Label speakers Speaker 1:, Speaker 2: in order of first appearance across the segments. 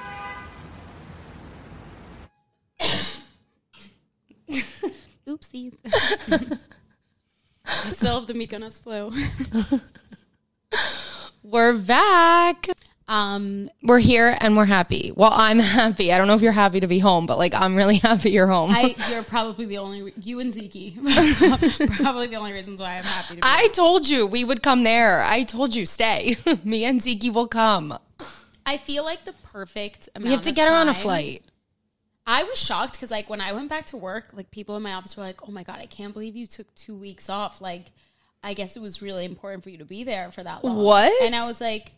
Speaker 1: oopsies. I still have the Mykonos flu.
Speaker 2: We're back.
Speaker 1: Um,
Speaker 2: We're here and we're happy. Well, I'm happy. I don't know if you're happy to be home, but like I'm really happy you're home. I,
Speaker 1: I, you're probably the only re- you and Zeke probably the only reasons why I'm happy to be.
Speaker 2: told you we would come there. I told you stay. Me and Zeke will come.
Speaker 1: I feel like the perfect. Amount
Speaker 2: We have to
Speaker 1: of
Speaker 2: get her on a
Speaker 1: time-
Speaker 2: flight.
Speaker 1: I was shocked because like when I went back to work, like people in my office were like, "Oh my god, I can't believe you took two weeks off." Like, I guess it was really important for you to be there for that long.
Speaker 2: What?
Speaker 1: And I was like,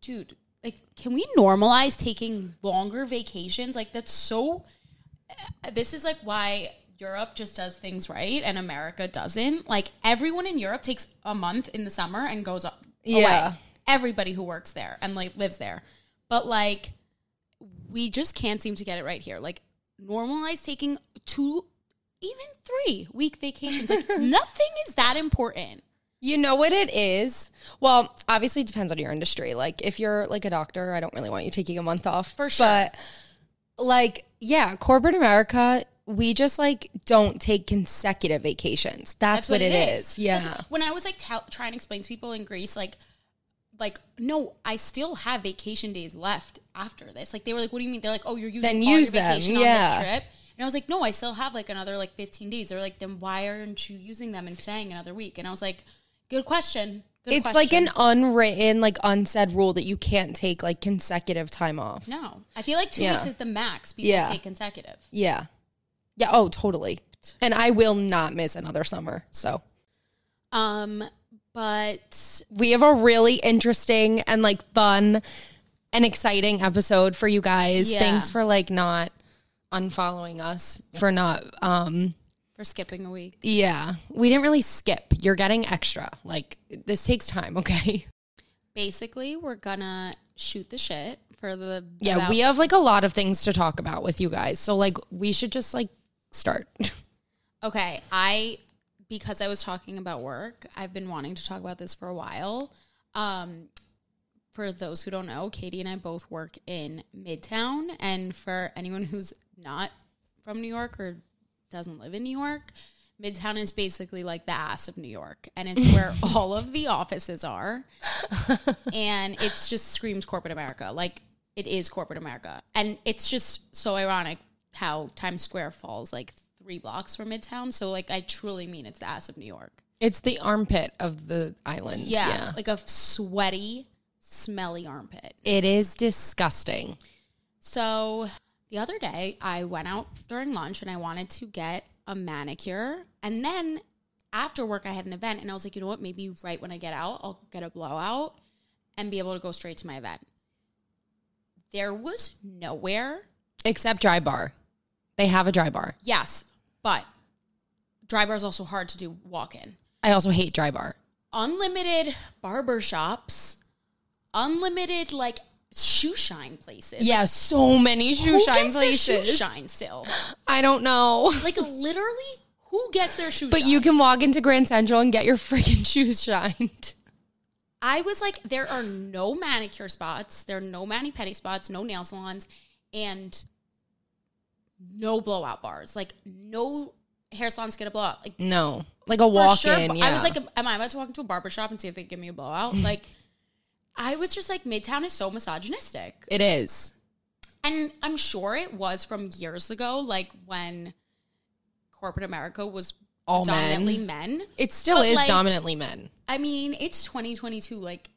Speaker 1: dude, like, can we normalize taking longer vacations? Like, that's so. This is like why Europe just does things right and America doesn't. Like, everyone in Europe takes a month in the summer and goes up.
Speaker 2: Yeah.
Speaker 1: Away. Everybody who works there and like lives there, but like we just can't seem to get it right here. Like normalize taking two, even three week vacations. Like nothing is that important.
Speaker 2: You know what it is? Well, obviously it depends on your industry. Like if you're like a doctor, I don't really want you taking a month off. For
Speaker 1: sure.
Speaker 2: But like, yeah, corporate America, we just like don't take consecutive vacations. That's, what, it is. Yeah.
Speaker 1: That's- When I was like tell trying to explain to people in Greece, like, like no, I still have vacation days left after this. Like they were like, "What do you mean?" They're like, "Oh, you're using
Speaker 2: Then
Speaker 1: all
Speaker 2: use
Speaker 1: your
Speaker 2: them,
Speaker 1: vacation
Speaker 2: yeah.
Speaker 1: on this trip." And I was like, "No, I still have like another like 15 days." They're like, "Then why aren't you using them and staying another week?" And I was like, "Good question." Good
Speaker 2: it's
Speaker 1: question.
Speaker 2: like an unwritten, like unsaid rule that you can't take like consecutive time off.
Speaker 1: no. I feel like two
Speaker 2: Yeah.
Speaker 1: weeks is the max people
Speaker 2: Yeah.
Speaker 1: take consecutive.
Speaker 2: Yeah. Yeah. Oh, totally. And I will not miss another summer. So
Speaker 1: Um, but
Speaker 2: we have a really interesting and like fun and exciting episode for you guys.
Speaker 1: Yeah.
Speaker 2: Thanks for like not unfollowing us for not um
Speaker 1: we're skipping a week.
Speaker 2: yeah we didn't really skip you're getting extra like this takes time okay
Speaker 1: Basically, we're gonna shoot the shit for the
Speaker 2: yeah
Speaker 1: about-
Speaker 2: we have like a lot of things to talk about with you guys so like we should just like start
Speaker 1: Okay, I because I was talking about work, I've been wanting to talk about this for a while. Um, for those who don't know, Katie and I both work in Midtown, and for anyone who's not from New York or doesn't live in New York, Midtown is basically like the ass of New York, and it's where all of the offices are, and it's just screams corporate America. Like it is corporate America, and it's just so ironic how Times Square falls like three blocks from Midtown. So like I truly mean it's the ass of New York.
Speaker 2: it's the armpit of the island
Speaker 1: Yeah, like a f- sweaty, smelly armpit.
Speaker 2: it is disgusting
Speaker 1: So the other day, I went out during lunch and I wanted to get a manicure. And then after work, I had an event and I was like, you know what? Maybe right when I get out, I'll get a blowout and be able to go straight to my event. There was nowhere.
Speaker 2: except dry bar they have a dry bar
Speaker 1: Yes, but dry bar is also hard to do walk in.
Speaker 2: i also hate dry bar
Speaker 1: Unlimited barber shops, unlimited like shoe shine places.
Speaker 2: yeah so many shoe
Speaker 1: Who
Speaker 2: shine
Speaker 1: gets their shoe
Speaker 2: places
Speaker 1: shine still.
Speaker 2: I don't know.
Speaker 1: Like literally, who gets their shoes?
Speaker 2: But you can walk into Grand Central and get your freaking shoes shined.
Speaker 1: I was like, there are no manicure spots, there are no mani pedi spots, no nail salons, and no blowout bars. Like no hair salons get a blowout. Like
Speaker 2: No. Like a
Speaker 1: for
Speaker 2: walk
Speaker 1: sure,
Speaker 2: in.
Speaker 1: but
Speaker 2: Yeah.
Speaker 1: I was like, am I about to walk into a barber shop and see if they give me a blowout? like, I was just like, Midtown is so misogynistic.
Speaker 2: it is.
Speaker 1: And I'm sure it was from years ago, like when corporate America was
Speaker 2: All men.
Speaker 1: dominantly men.
Speaker 2: It still
Speaker 1: But,
Speaker 2: is
Speaker 1: like-
Speaker 2: dominantly men.
Speaker 1: I mean, it's 2022. Like,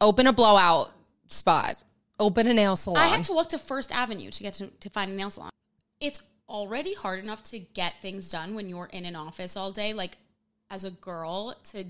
Speaker 2: Open a blowout spot. Open a nail salon.
Speaker 1: I had to walk to First Avenue to get to, to find a nail salon. It's already hard enough to get things done when you're in an office all day. Like, as a girl, to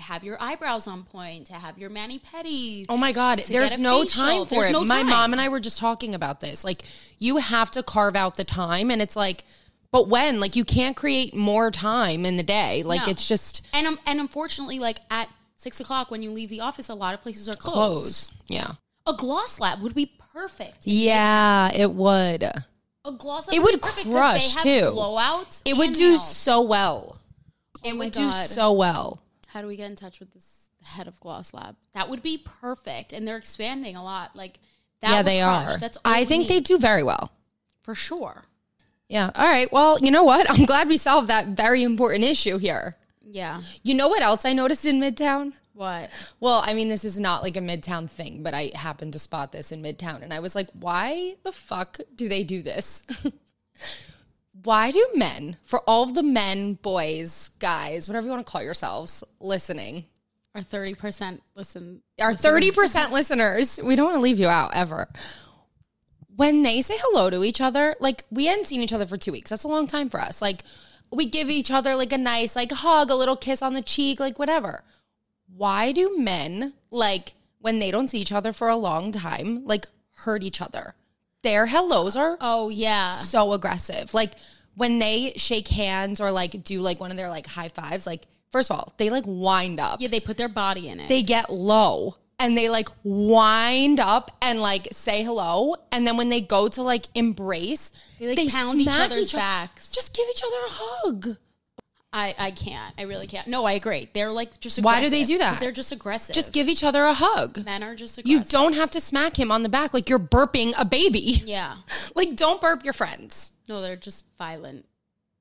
Speaker 1: have your eyebrows on point, to have your mani pedi.
Speaker 2: oh my God.
Speaker 1: to
Speaker 2: There's
Speaker 1: get a
Speaker 2: no
Speaker 1: facial.
Speaker 2: time for
Speaker 1: There's
Speaker 2: it.
Speaker 1: no
Speaker 2: My
Speaker 1: time.
Speaker 2: mom and I were just talking about this. Like, you have to carve out the time. And it's like, but when? Like, you can't create more time in the day. Like,
Speaker 1: No.
Speaker 2: it's just
Speaker 1: And um, and unfortunately, like at six o'clock when you leave the office, a lot of places are closed.
Speaker 2: close. Yeah.
Speaker 1: A gloss lab would be perfect.
Speaker 2: Yeah, it would.
Speaker 1: A gloss lab
Speaker 2: It
Speaker 1: would,
Speaker 2: would
Speaker 1: be perfect 'cause
Speaker 2: crush,
Speaker 1: they have
Speaker 2: too.
Speaker 1: Blowouts.
Speaker 2: It would
Speaker 1: and
Speaker 2: do
Speaker 1: nails.
Speaker 2: so well. It
Speaker 1: Oh my
Speaker 2: would do
Speaker 1: God.
Speaker 2: so well.
Speaker 1: How do we get in touch with this head of Gloss Lab? That would be perfect. And they're expanding a lot. Like that
Speaker 2: yeah,
Speaker 1: would
Speaker 2: they
Speaker 1: crush.
Speaker 2: are.
Speaker 1: That's all
Speaker 2: I
Speaker 1: we
Speaker 2: think they
Speaker 1: need,
Speaker 2: do very well.
Speaker 1: for sure.
Speaker 2: Yeah. All right. Well, you know what? I'm glad we solved that very important issue here.
Speaker 1: Yeah.
Speaker 2: You know what else I noticed in Midtown?
Speaker 1: What?
Speaker 2: Well, I mean, this is not like a Midtown thing, but I happened to spot this in Midtown and I was like, why the fuck do they do this? why do men, for all of the men, boys, guys, whatever you want to call yourselves, listening,
Speaker 1: Or 30% listen.
Speaker 2: our 30% listeners, we don't want to leave you out ever. When they say hello to each other, like we hadn't seen each other for two weeks. That's a long time for us. Like we give each other like a nice like hug, a little kiss on the cheek, like whatever. Why do men like when they don't see each other for a long time, like hurt each other? Their hellos are
Speaker 1: Oh, yeah.
Speaker 2: so aggressive. Like when they shake hands or like do like one of their like high fives, like first of all, they like wind up
Speaker 1: Yeah, they put their body in it.
Speaker 2: they get low and they like wind up and like say hello and then when they go to like embrace
Speaker 1: They, like, pound each
Speaker 2: smack
Speaker 1: other's
Speaker 2: oth-
Speaker 1: backs.
Speaker 2: just give each other a hug
Speaker 1: I, I can't. I really can't. No, I agree. They're like just aggressive.
Speaker 2: Why do they do
Speaker 1: 'Cause
Speaker 2: that?
Speaker 1: They're just aggressive.
Speaker 2: just give each other a hug
Speaker 1: men are just aggressive.
Speaker 2: you don't have to smack him on the back like you're burping a baby
Speaker 1: Yeah.
Speaker 2: like don't burp your friends
Speaker 1: No, they're just violent.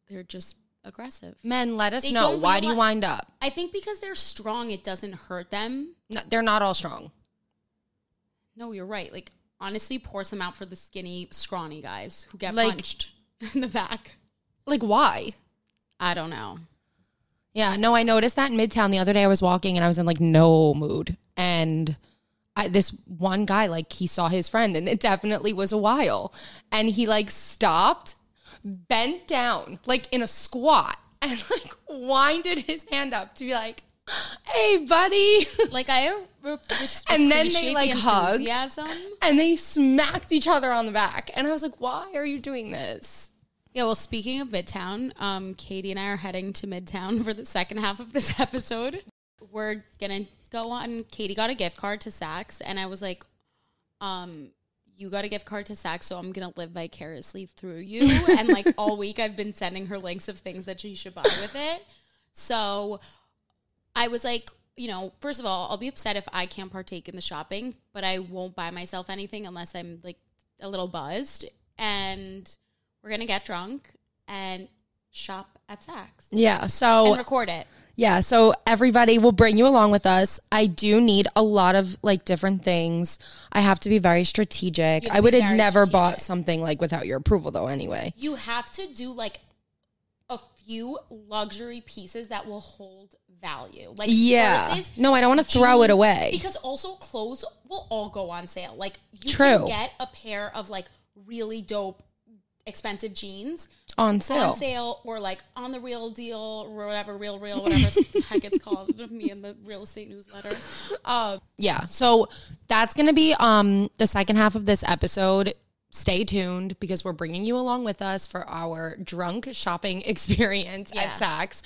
Speaker 1: They're just aggressive.
Speaker 2: men let us
Speaker 1: They
Speaker 2: know
Speaker 1: don't
Speaker 2: why do you
Speaker 1: reali-
Speaker 2: wind up
Speaker 1: I think because they're strong, it doesn't hurt them.
Speaker 2: no, they're not all strong
Speaker 1: No, you're right. Like honestly, pour some out for the skinny, scrawny guys who get
Speaker 2: Like-
Speaker 1: punched in the back.
Speaker 2: like why
Speaker 1: I don't know.
Speaker 2: Yeah, no, I noticed that in Midtown the other day. I was walking and I was in like no mood, and I, this one guy like he saw his friend, and it definitely was a while, and he like stopped, bent down like in a squat, and like winded his hand up to be like, "Hey, buddy,"
Speaker 1: Like I re- res-
Speaker 2: and then
Speaker 1: appreciate
Speaker 2: they
Speaker 1: the
Speaker 2: like hugged,
Speaker 1: enthusiasm.
Speaker 2: and they smacked each other on the back, and I was like, "Why are you doing this?"
Speaker 1: Yeah. Well, speaking of Midtown, um, Katie and I are heading to Midtown for the second half of this episode. We're gonna go on. Katie got a gift card to Saks, and I was like, um. You got a gift card to Saks, so I'm gonna live vicariously through you. and like all week, I've been sending her links of things that she should buy with it. So I was like, you know, first of all, I'll be upset if I can't partake in the shopping, but I won't buy myself anything unless I'm like a little buzzed. And we're gonna get drunk and shop at Saks
Speaker 2: Yeah, so
Speaker 1: and record it.
Speaker 2: Yeah, so everybody will bring you along with us. I do need a lot of like different things. I have to be very strategic.
Speaker 1: have
Speaker 2: I
Speaker 1: to
Speaker 2: would
Speaker 1: be
Speaker 2: have
Speaker 1: very
Speaker 2: never
Speaker 1: strategic.
Speaker 2: bought something like without your approval though anyway.
Speaker 1: You have to do like a few luxury pieces that will hold value. Like
Speaker 2: Yeah.
Speaker 1: purses,
Speaker 2: no, I don't want to throw it away.
Speaker 1: Because also clothes will all go on sale. Like you
Speaker 2: True.
Speaker 1: can get a pair of like really dope expensive jeans
Speaker 2: On sale.
Speaker 1: on sale or like on the real deal or whatever real real whatever it's- the heck it's called of me in the real estate newsletter uh,
Speaker 2: Yeah. So that's going to be um the second half of this episode. Stay tuned because we're bringing you along with us for our drunk shopping experience
Speaker 1: Yeah.
Speaker 2: at Saks.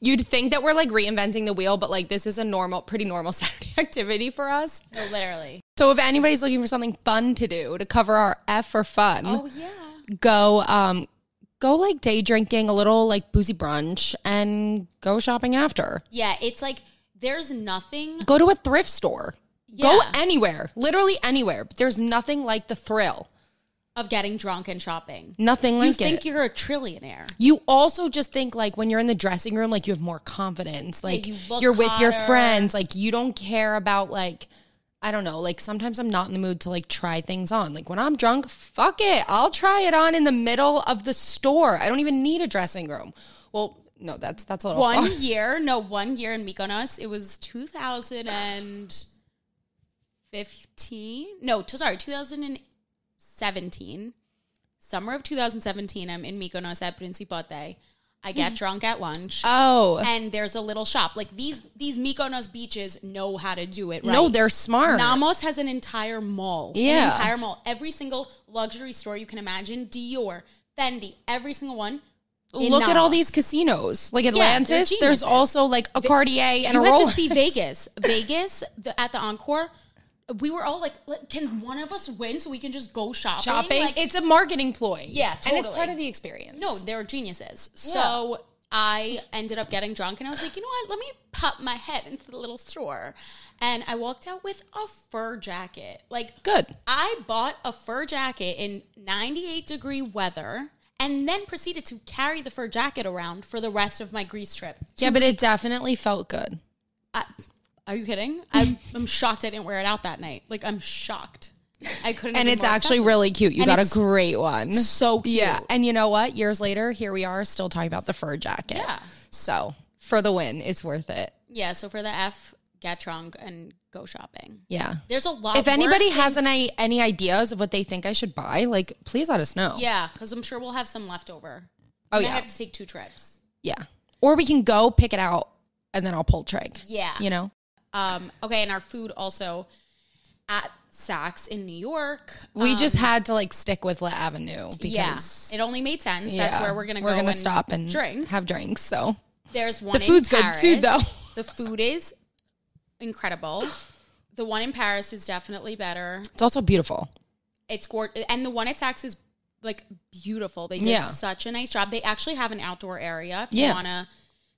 Speaker 2: You'd think that we're like reinventing the wheel, but like this is a normal, pretty normal Saturday activity for us.
Speaker 1: no literally
Speaker 2: So if anybody's looking for something fun to do to cover our F for fun,
Speaker 1: oh yeah
Speaker 2: go um go like day drinking, a little like boozy brunch and go shopping after.
Speaker 1: yeah it's like there's nothing
Speaker 2: Go to a thrift store. Go
Speaker 1: Yeah.
Speaker 2: anywhere, literally anywhere. But there's nothing like the thrill.
Speaker 1: of getting drunk and shopping
Speaker 2: Nothing like
Speaker 1: you
Speaker 2: it.
Speaker 1: think you're a trillionaire
Speaker 2: you also just think like when you're in the dressing room, like you have more confidence. Like
Speaker 1: you look
Speaker 2: you are with your
Speaker 1: hotter.
Speaker 2: friends. Like you don't care about like I don't know. Like sometimes I'm not in the mood to like try things on. Like when I'm drunk, fuck it, I'll try it on in the middle of the store. I don't even need a dressing room. Well, no, that's that's a little
Speaker 1: one
Speaker 2: far.
Speaker 1: year no one year in mykonos it was 2015 no t- sorry 2017 summer of 2017 i'm in mykonos at principate i get drunk at lunch
Speaker 2: Oh
Speaker 1: and there's a little shop. Like these these Mykonos beaches know how to do it. Right?
Speaker 2: no, they're smart.
Speaker 1: Namos has an entire mall.
Speaker 2: Yeah.
Speaker 1: an entire mall. Every single luxury store you can imagine, Dior, Fendi, every single one. in
Speaker 2: Look at all
Speaker 1: Namos.
Speaker 2: these casinos, like
Speaker 1: they're
Speaker 2: Atlantis. there's
Speaker 1: geniuses.
Speaker 2: also like a Cartier and
Speaker 1: You
Speaker 2: a
Speaker 1: had to
Speaker 2: Rolex.
Speaker 1: see Vegas. Vegas the, at the Encore. We were all like, "Let- "Can one of us win so we can just go shopping?"
Speaker 2: shopping.
Speaker 1: Like,
Speaker 2: it's a marketing ploy.
Speaker 1: Yeah,
Speaker 2: and it's
Speaker 1: totally.
Speaker 2: part of the experience.
Speaker 1: No, they're geniuses. So I ended up getting drunk and I was like, you know what? Let me pop my head into the little store. And I walked out with a fur jacket. Like,
Speaker 2: good.
Speaker 1: I bought a fur jacket in 98 degree weather and then proceeded to carry the fur jacket around for the rest of my Greece trip.
Speaker 2: Yeah, but it definitely felt good.
Speaker 1: I, are you kidding? I'm, I'm shocked I didn't wear it out that night. Like I'm shocked. I couldn't.
Speaker 2: And
Speaker 1: be
Speaker 2: it's
Speaker 1: more
Speaker 2: actually
Speaker 1: obsessive.
Speaker 2: really cute. You
Speaker 1: And
Speaker 2: got a
Speaker 1: it's
Speaker 2: great one.
Speaker 1: so cute.
Speaker 2: Yeah. And you know what? Years later, here we are still talking about the fur jacket.
Speaker 1: Yeah.
Speaker 2: So for the win, it's worth it.
Speaker 1: Yeah. So for the F, get drunk and go shopping.
Speaker 2: Yeah.
Speaker 1: There's a lot.
Speaker 2: If
Speaker 1: worse
Speaker 2: anybody
Speaker 1: things-
Speaker 2: has an, i- any ideas of what they think I should buy, like please let us know.
Speaker 1: yeah, because I'm sure we'll have some left over.
Speaker 2: Oh,
Speaker 1: And I
Speaker 2: yeah.
Speaker 1: had to take two trips.
Speaker 2: Yeah. Or we can go pick it out and then I'll pull trig.
Speaker 1: Yeah.
Speaker 2: You know?
Speaker 1: Um. Okay, and our food also at Saks in New York.
Speaker 2: We just had to like stick with La Avenue because
Speaker 1: yeah, it only made sense. That's
Speaker 2: yeah,
Speaker 1: where we're gonna
Speaker 2: we're
Speaker 1: go
Speaker 2: gonna
Speaker 1: and
Speaker 2: stop and
Speaker 1: drink.
Speaker 2: have drinks. So
Speaker 1: There's one. in
Speaker 2: food's good too,
Speaker 1: Paris.
Speaker 2: though.
Speaker 1: The food is incredible. The one in Paris is definitely better.
Speaker 2: it's also beautiful.
Speaker 1: It's gorgeous, and the one at Saks is like beautiful. They did
Speaker 2: Yeah.
Speaker 1: such a nice job. They actually have an outdoor area if you
Speaker 2: Yeah.
Speaker 1: wanna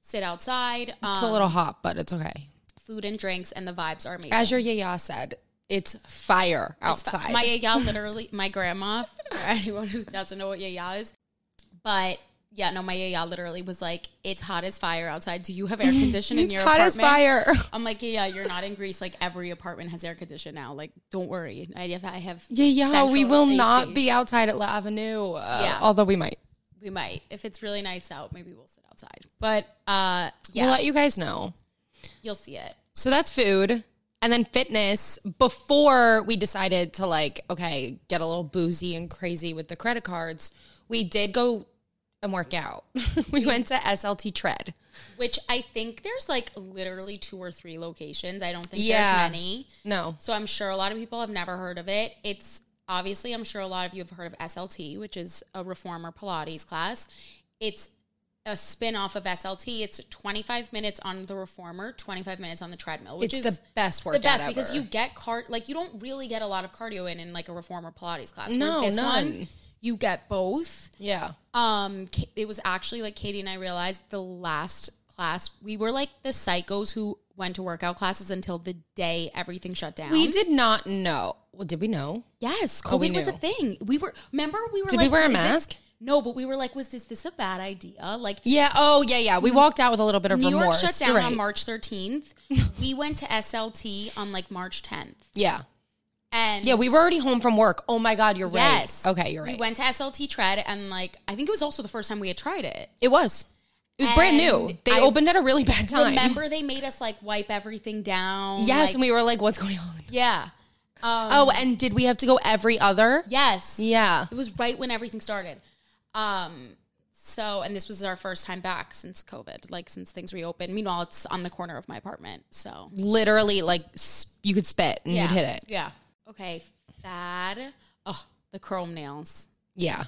Speaker 1: sit outside.
Speaker 2: It's
Speaker 1: Um,
Speaker 2: a little hot, but it's okay.
Speaker 1: food and drinks, and the vibes are amazing.
Speaker 2: As your yaya said, it's fire outside.
Speaker 1: My yaya literally, my grandma, for anyone who doesn't know what yaya is, but yeah, no, my yaya literally was like, "It's hot as fire outside. Do you have air conditioning in
Speaker 2: it's
Speaker 1: your
Speaker 2: hot
Speaker 1: apartment?"
Speaker 2: as fire.
Speaker 1: I'm like, yeah, you're not in Greece. Like every apartment has air conditioning now. Like, don't worry. I have, I have.
Speaker 2: Yeah, yeah. We
Speaker 1: central
Speaker 2: will
Speaker 1: AC.
Speaker 2: not be outside at La Avenue. Uh,
Speaker 1: Yeah.
Speaker 2: Although we might.
Speaker 1: We might if it's really nice out. Maybe we'll sit outside. But uh, yeah,
Speaker 2: We'll let you guys know.
Speaker 1: you'll see it.
Speaker 2: So that's food. And then fitness before we decided to like, okay, get a little boozy and crazy with the credit cards, we did go and work out. we went to SLT Tread.
Speaker 1: Which I think there's like literally two or three locations. I don't think
Speaker 2: Yeah.
Speaker 1: there's many.
Speaker 2: No.
Speaker 1: So I'm sure a lot of people have never heard of it. It's obviously, I'm sure a lot of you have heard of SLT, which is a reformer Pilates class. It's a spin off of SLT. It's 25 minutes on the reformer, 25 minutes on the treadmill, which
Speaker 2: It's
Speaker 1: is
Speaker 2: the best
Speaker 1: the
Speaker 2: workout.
Speaker 1: best because
Speaker 2: ever.
Speaker 1: you get card like you don't really get a lot of cardio in in like a reformer Pilates class. Where
Speaker 2: No,
Speaker 1: this one
Speaker 2: none.
Speaker 1: you get both.
Speaker 2: Yeah.
Speaker 1: Um, K- it was actually like Katie and I realized the last class we were like the psychos who went to workout classes until the day everything shut down.
Speaker 2: We did not know. Um, Well, did we know?
Speaker 1: Yes, COVID
Speaker 2: Oh, we
Speaker 1: was a
Speaker 2: knew.
Speaker 1: thing. We were remember we were
Speaker 2: Did
Speaker 1: like,
Speaker 2: we wear a
Speaker 1: is this-
Speaker 2: mask?
Speaker 1: no, but we were like, was this this a bad idea? Like
Speaker 2: Yeah. Oh, yeah, yeah. We walked out with a little bit of
Speaker 1: Mm. New York
Speaker 2: remorse.
Speaker 1: shut down
Speaker 2: You're right.
Speaker 1: on March 13th. we went to SLT on like March 10th,
Speaker 2: Yeah.
Speaker 1: and
Speaker 2: Yeah, we were already home from work. Oh my God, you're
Speaker 1: Yes.
Speaker 2: right. Okay, you're right.
Speaker 1: We went to SLT Tread and like I think it was also the first time we had tried it.
Speaker 2: it was. It was brand new.
Speaker 1: And
Speaker 2: They
Speaker 1: I
Speaker 2: opened at a really bad time.
Speaker 1: Remember they made us like wipe everything down.
Speaker 2: Yes,
Speaker 1: like-
Speaker 2: and we were like, what's going on?
Speaker 1: yeah. Um,
Speaker 2: Oh, and did we have to go every other?
Speaker 1: yes.
Speaker 2: Yeah.
Speaker 1: It was right when everything started. Um so and this was our first time back since COVID, like since things reopened. Meanwhile, it's on the corner of my apartment. So
Speaker 2: Literally, like, s- you could spit and
Speaker 1: yeah.
Speaker 2: you'd hit it.
Speaker 1: Yeah. Okay. Fad. Oh, the chrome nails.
Speaker 2: Yeah.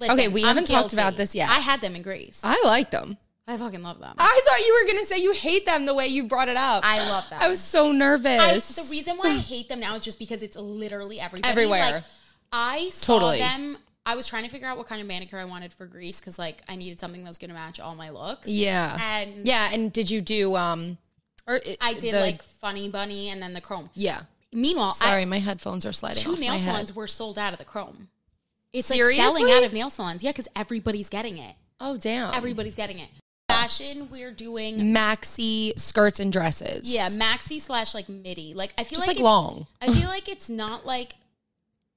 Speaker 1: Listen,
Speaker 2: Okay, we
Speaker 1: I'm
Speaker 2: haven't talked about
Speaker 1: guilty.
Speaker 2: this yet.
Speaker 1: I had them in Greece.
Speaker 2: I like them.
Speaker 1: I fucking love them.
Speaker 2: I thought you were going to say you hate them the way you brought it up.
Speaker 1: I love them.
Speaker 2: I was so
Speaker 1: I,
Speaker 2: nervous.
Speaker 1: the reason why I hate them now is just because it's literally everybody.
Speaker 2: Everywhere.
Speaker 1: Like, I saw
Speaker 2: Totally.
Speaker 1: them. I was trying to figure out what kind of manicure I wanted for Greece because, like, I needed something that was going to match all my looks.
Speaker 2: yeah.
Speaker 1: And
Speaker 2: yeah, and did you do, um, or it-
Speaker 1: I did
Speaker 2: the-
Speaker 1: like funny bunny and then the chrome.
Speaker 2: yeah.
Speaker 1: Meanwhile,
Speaker 2: Sorry,
Speaker 1: I,
Speaker 2: my headphones are sliding.
Speaker 1: two
Speaker 2: off
Speaker 1: nail
Speaker 2: my head.
Speaker 1: salons were sold out of the chrome. It's
Speaker 2: Seriously?
Speaker 1: like selling out of nail salons. Yeah, because everybody's getting it.
Speaker 2: Oh, damn.
Speaker 1: Everybody's getting it. Fashion, we're doing
Speaker 2: maxi skirts and dresses.
Speaker 1: yeah maxi slash like midi. Like I feel
Speaker 2: Just
Speaker 1: like,
Speaker 2: like
Speaker 1: it's-
Speaker 2: long.
Speaker 1: I feel like it's not like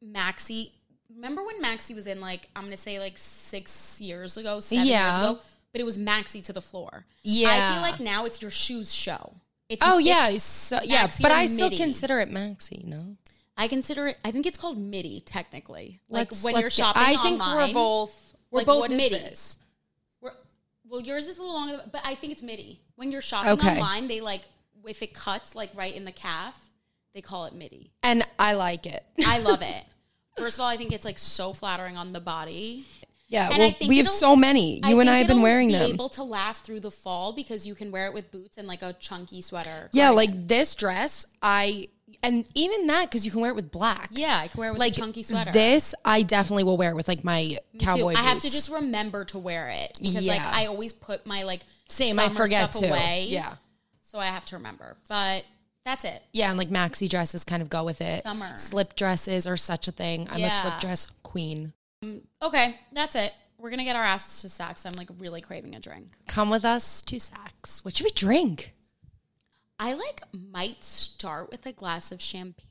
Speaker 1: Maxi. Remember when Maxi was in like I'm gonna say like six years ago, seven
Speaker 2: Yeah.
Speaker 1: years ago, but it was Maxi to the floor. I
Speaker 2: Yeah.
Speaker 1: feel like now it's your shoes show. It's,
Speaker 2: Oh
Speaker 1: it's-
Speaker 2: yeah, so, yeah,
Speaker 1: maxi
Speaker 2: but
Speaker 1: and
Speaker 2: I still
Speaker 1: midi.
Speaker 2: consider it maxi. No,
Speaker 1: I consider it. I think it's called midi technically. Like
Speaker 2: Let's-
Speaker 1: when
Speaker 2: let's
Speaker 1: you're
Speaker 2: get-
Speaker 1: shopping
Speaker 2: I think
Speaker 1: online,
Speaker 2: we're both we're
Speaker 1: like,
Speaker 2: both
Speaker 1: what is
Speaker 2: middies.
Speaker 1: this? we're- well, yours is a little longer, but I think it's midi. When you're shopping
Speaker 2: Okay.
Speaker 1: online, they like if it cuts like right in the calf, they call it midi.
Speaker 2: and I like it.
Speaker 1: I love it. First of all, I think it's like so flattering on the body.
Speaker 2: yeah,
Speaker 1: and I
Speaker 2: well,
Speaker 1: think
Speaker 2: we have
Speaker 1: it'll-
Speaker 2: so many. You and
Speaker 1: think
Speaker 2: I have been
Speaker 1: it'll
Speaker 2: wearing
Speaker 1: be
Speaker 2: them.
Speaker 1: Able to last through the fall because you can wear it with boots and like a chunky sweater.
Speaker 2: yeah, like this dress, I and even that because you can wear it with black.
Speaker 1: yeah, I can wear it with
Speaker 2: like
Speaker 1: a chunky sweater.
Speaker 2: This I definitely will wear with like my
Speaker 1: Me too.
Speaker 2: cowboy.
Speaker 1: I have to
Speaker 2: boots.
Speaker 1: just remember to wear it because like
Speaker 2: Yeah.
Speaker 1: I always put my like
Speaker 2: same. I
Speaker 1: summer
Speaker 2: forget
Speaker 1: stuff
Speaker 2: to.
Speaker 1: away.
Speaker 2: Yeah,
Speaker 1: so I have to remember. But that's it.
Speaker 2: yeah, and like maxi dresses kind of go with it.
Speaker 1: Summer.
Speaker 2: slip dresses are such a thing. I'm a
Speaker 1: Yeah.
Speaker 2: slip dress queen.
Speaker 1: Okay, that's it. We're gonna get our asses to Saks. I'm like really craving a drink.
Speaker 3: Come with us to Saks. What should we drink?
Speaker 1: I like might start with a glass of champagne.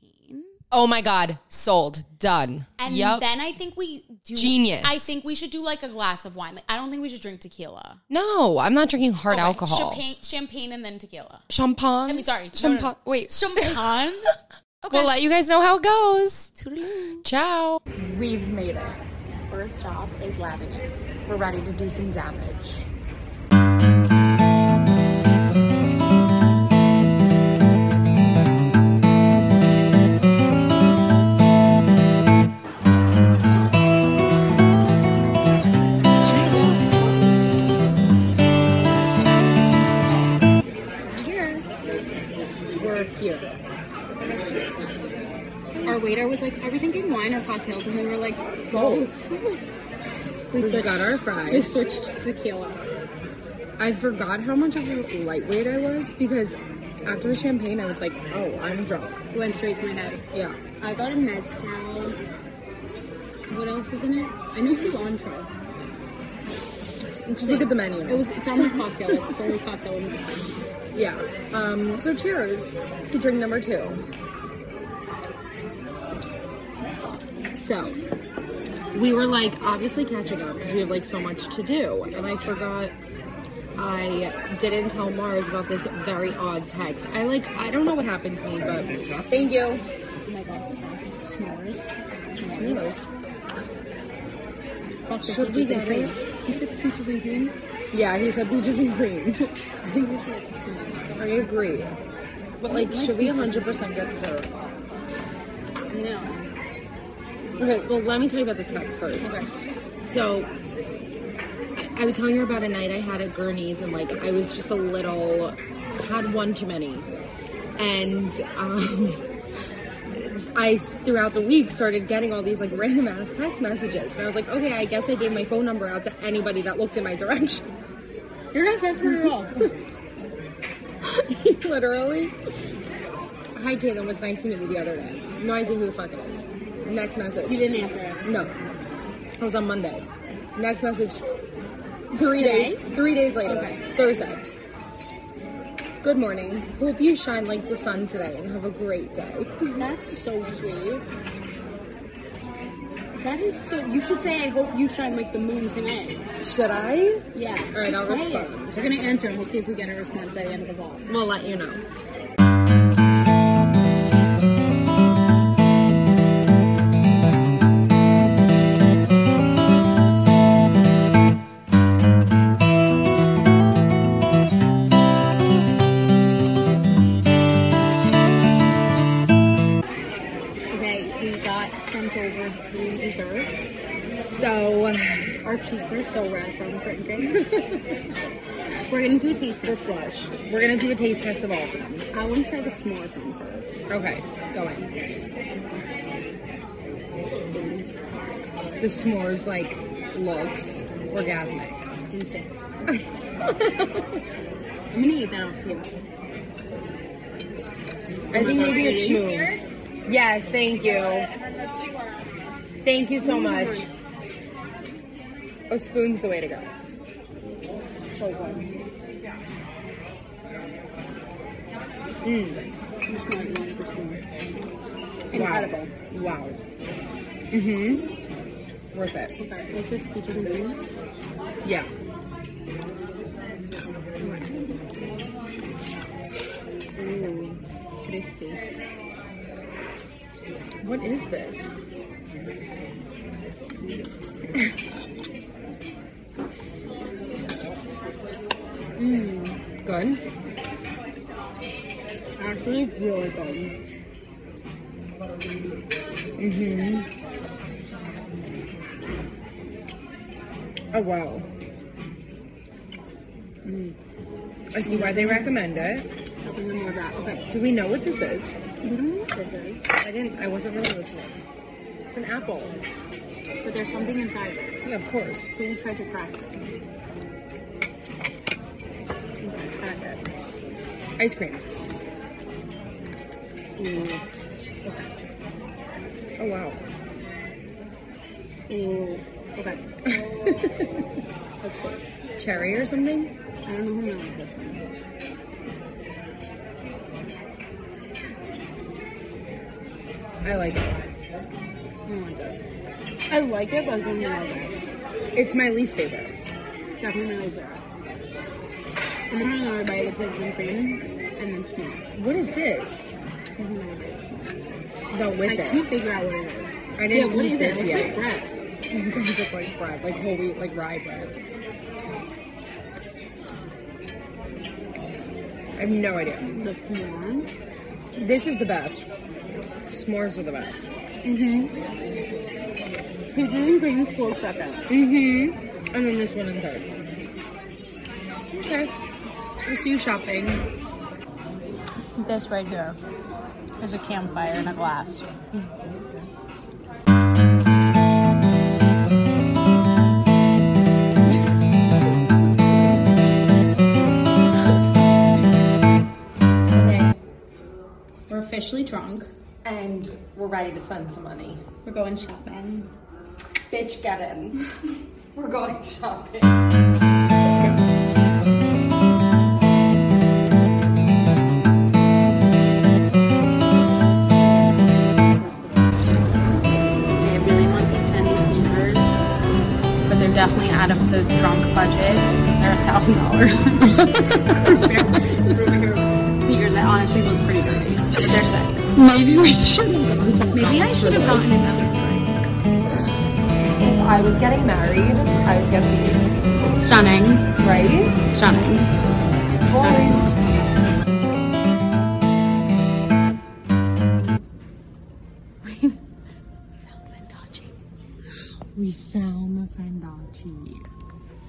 Speaker 3: Oh my God. Sold. Done.
Speaker 1: And
Speaker 3: Yep.
Speaker 1: then I think we do
Speaker 3: Genius.
Speaker 1: I think we should do like a glass of wine. Like I don't think we should drink tequila.
Speaker 3: no, I'm not drinking hard
Speaker 1: Okay,
Speaker 3: alcohol.
Speaker 1: Champagne champagne and then tequila.
Speaker 3: Champagne.
Speaker 1: I mean sorry. no, no, no.
Speaker 3: Champagne. Wait.
Speaker 1: Champagne. Okay.
Speaker 3: We'll let you guys know how it goes.
Speaker 1: Toodaloo.
Speaker 3: Ciao.
Speaker 4: We've made it. First stop is Lavender. We're ready to do some damage. Here. We're here our waiter was like, "Are we thinking wine or cocktails?" And we were like, "Both." we switched, got our fries. We switched to tequila.
Speaker 2: I forgot how much of a lightweight I was because after the champagne, I was like, oh, I'm drunk.
Speaker 4: Went straight to my head.
Speaker 2: Yeah.
Speaker 4: I got a mezcal. What else was in it? I know cilantro.
Speaker 2: Just look at the
Speaker 4: It
Speaker 2: menu.
Speaker 4: was. It's on my cocktail list. It's only cocktail with mezcal.
Speaker 2: Yeah. Um, so cheers to drink number two. So we were like obviously catching up because we have like so much to do, and I forgot. I didn't tell Mars about this very odd text. I like I don't know what happened to me, but thank you.
Speaker 4: Oh my god, sucks. S'mores.
Speaker 2: S'mores.
Speaker 4: Fuck the
Speaker 2: Should we
Speaker 4: peaches and
Speaker 2: get
Speaker 4: cream.
Speaker 2: it?
Speaker 4: He said peaches and cream.
Speaker 2: Yeah, he said peaches and cream.
Speaker 4: I think we should get the s'mores.
Speaker 2: I agree. But like,
Speaker 4: Like
Speaker 2: should we
Speaker 4: peaches.
Speaker 2: 100% get dessert?
Speaker 4: No.
Speaker 2: Okay, well, let me tell you about this text first. So, I- I was telling her about a night I had at Gurney's, and like, I was just a little, had one too many. And, um, I, s- throughout the week, started getting all these like random ass text messages. And I was like, okay, I guess I gave my phone number out to anybody that looked in my direction.
Speaker 4: You're not desperate at all.
Speaker 2: Literally. Hi, Caitlin. Was nice to meet you the other day. No idea who the fuck it is. Next message.
Speaker 4: you didn't answer it.
Speaker 2: No. It was on Monday. Next message. Three
Speaker 4: Today?
Speaker 2: days. Three days later.
Speaker 4: Okay.
Speaker 2: Thursday. Good morning. Hope you shine like the sun today and have a great day.
Speaker 4: That's so sweet. That is so. You should say, "I hope you shine like the moon tonight."
Speaker 2: Should I?
Speaker 4: Yeah.
Speaker 2: All right, I'll
Speaker 4: Just say it.
Speaker 2: respond.
Speaker 4: We're gonna answer, and we'll see if we get a response by the end of the ball.
Speaker 2: We'll let you know.
Speaker 4: Okay, we got sent over three desserts.
Speaker 2: So,
Speaker 4: Our cheeks are so red from drinking. We're gonna do a taste
Speaker 2: we're
Speaker 4: test.
Speaker 2: flushed. We're gonna do a taste test of all of them.
Speaker 4: I want to try the s'mores one first.
Speaker 2: Okay, go in. The s'mores like looks orgasmic.
Speaker 4: Insane. I'm gonna eat that off you.
Speaker 2: I think maybe a smooth. Yes, thank you. Thank you so much. A spoon's the way to go.
Speaker 4: So good.
Speaker 2: Mm.
Speaker 4: I'm just gonna ignore this one.
Speaker 2: Wow.
Speaker 4: Incredible.
Speaker 2: Wow. Mm-hmm. Worth it.
Speaker 4: Okay, what's this? Peaches and cream?
Speaker 2: Yeah.
Speaker 4: Ooh, crispy.
Speaker 2: What is this?
Speaker 4: Mmm,
Speaker 2: Mm, Good.
Speaker 4: actually really good.
Speaker 2: Mm-hmm. Oh wow. Mm. I see why they recommend it.
Speaker 4: I think more of that. Okay,
Speaker 2: Do we know what this is?
Speaker 4: we don't know what this is,
Speaker 2: I didn't. I wasn't really listening. It's an apple.
Speaker 4: but there's something inside of it.
Speaker 2: Yeah, of course.
Speaker 4: Katie tried to crack it. Okay, crack it.
Speaker 2: Ice cream.
Speaker 4: Ooh,
Speaker 2: Oh wow.
Speaker 4: ooh,
Speaker 5: Okay. That's good.
Speaker 2: Cherry or something?
Speaker 5: I don't know who made this one.
Speaker 2: I like it.
Speaker 5: I don't like it. I like it, but I don't know that.
Speaker 2: It's my least favorite.
Speaker 5: Definitely knows that. I'm gonna another bite of the pigeon cream and then smell. it.
Speaker 2: What is this?
Speaker 5: I don't know what it is.
Speaker 2: The with
Speaker 5: I
Speaker 2: it.
Speaker 5: can't figure out what it is.
Speaker 2: I
Speaker 5: Yeah,
Speaker 2: didn't
Speaker 5: what
Speaker 2: eat
Speaker 5: is
Speaker 2: this
Speaker 5: it? It's like
Speaker 2: yet.
Speaker 5: bread.
Speaker 2: It does look like bread, like whole wheat, like rye bread. I have no idea.
Speaker 5: The swan.
Speaker 2: This is the best. S'mores are the best.
Speaker 5: Mm-hmm. Peaches and cream, close second.
Speaker 2: Mm-hmm. And then this one in third. Okay. We'll see you shopping.
Speaker 5: This right here is a campfire in a glass. Okay. We're officially drunk.
Speaker 2: And we're ready to spend some money.
Speaker 5: We're going shopping.
Speaker 2: Bitch, get in. we're going shopping.
Speaker 1: I really want these Fendi sneakers, but they're definitely out of the drunk budget. They're a thousand dollars. Sneakers that honestly look pretty dirty, but they're sick.
Speaker 2: Maybe we should have gone to
Speaker 1: Maybe I
Speaker 2: Knott's for
Speaker 1: should have
Speaker 2: those.
Speaker 1: gotten another.
Speaker 2: If I was getting married, I would get these,
Speaker 1: Stunning,
Speaker 2: right?
Speaker 1: stunning.
Speaker 2: Boys. We found the Fendachi.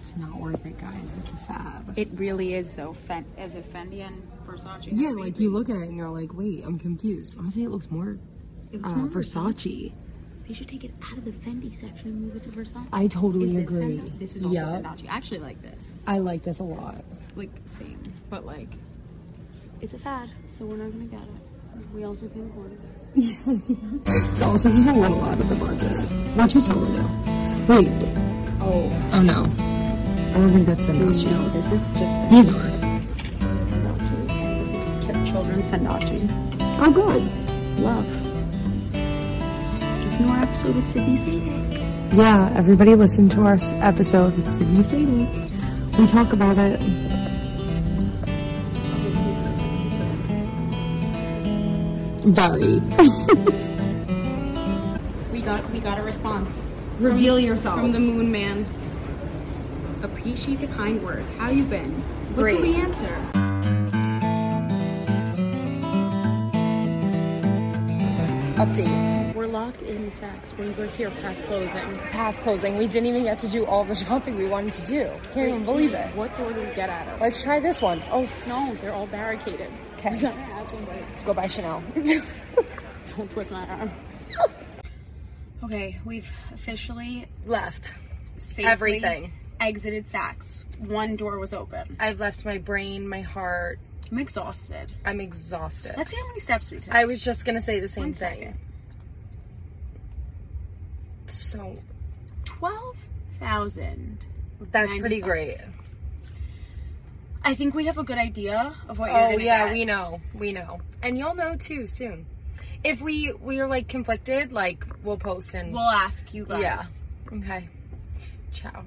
Speaker 2: It's not worth it, guys. It's a fab.
Speaker 1: It really is though, Fen- as if Fendi and Versace.
Speaker 2: Yeah, like you look at it and you're like, wait, I'm confused. Honestly, it looks more uh, Versace.
Speaker 1: They should take it out of the Fendi section and move it to Versace.
Speaker 2: I totally
Speaker 1: This
Speaker 2: agree.
Speaker 1: Fendi- This is also
Speaker 2: Yeah.
Speaker 1: Versace. I actually like this.
Speaker 2: I like this a lot.
Speaker 1: Like same, but like it's a fad, so we're not gonna get it. We also can afford it.
Speaker 2: It's also just a little out of the budget. Watch your over now. Wait. Oh. Oh no. I don't think that's Fendachi.
Speaker 5: Mm.
Speaker 1: No, this is just
Speaker 2: These are.
Speaker 1: Fendachi, and this is ki- children's Fendachi.
Speaker 2: Oh, good.
Speaker 1: Love. It's new episode with Sydney Sadek.
Speaker 2: Yeah, everybody listen to our s- episode with Sydney Sadik. We talk about it. Very.
Speaker 5: We got we got a response
Speaker 2: Reveal yourself.
Speaker 5: from the Moon Man. Appreciate the kind words. How you been? What
Speaker 2: Great.
Speaker 5: do we answer?
Speaker 2: update.
Speaker 5: We're locked in sex. We were here past closing.
Speaker 2: Past closing. We didn't even get to do all the shopping we wanted to do. Can't even believe it.
Speaker 5: What door do we get out of?
Speaker 2: Let's try this one. Oh,
Speaker 5: No, they're all barricaded.
Speaker 2: okay. Let's go buy Chanel.
Speaker 5: Don't twist my arm. okay, we've officially
Speaker 2: Left.
Speaker 5: safely
Speaker 2: Everything.
Speaker 5: exited Saks. One door was open.
Speaker 2: I've left my brain, my heart.
Speaker 5: I'm exhausted.
Speaker 2: I'm exhausted.
Speaker 5: Let's see how many steps we took.
Speaker 2: I was just gonna say the same
Speaker 5: One
Speaker 2: thing.
Speaker 5: second.
Speaker 2: So
Speaker 5: Twelve thousand.
Speaker 2: that's pretty
Speaker 5: 95.
Speaker 2: great.
Speaker 5: I think we have a good idea of what you're
Speaker 2: Oh
Speaker 5: gonna
Speaker 2: yeah,
Speaker 5: get.
Speaker 2: we know, we know, and you'll know too soon. If we we are like conflicted, like we'll post and
Speaker 5: We'll ask you guys.
Speaker 2: Yeah. okay. Ciao.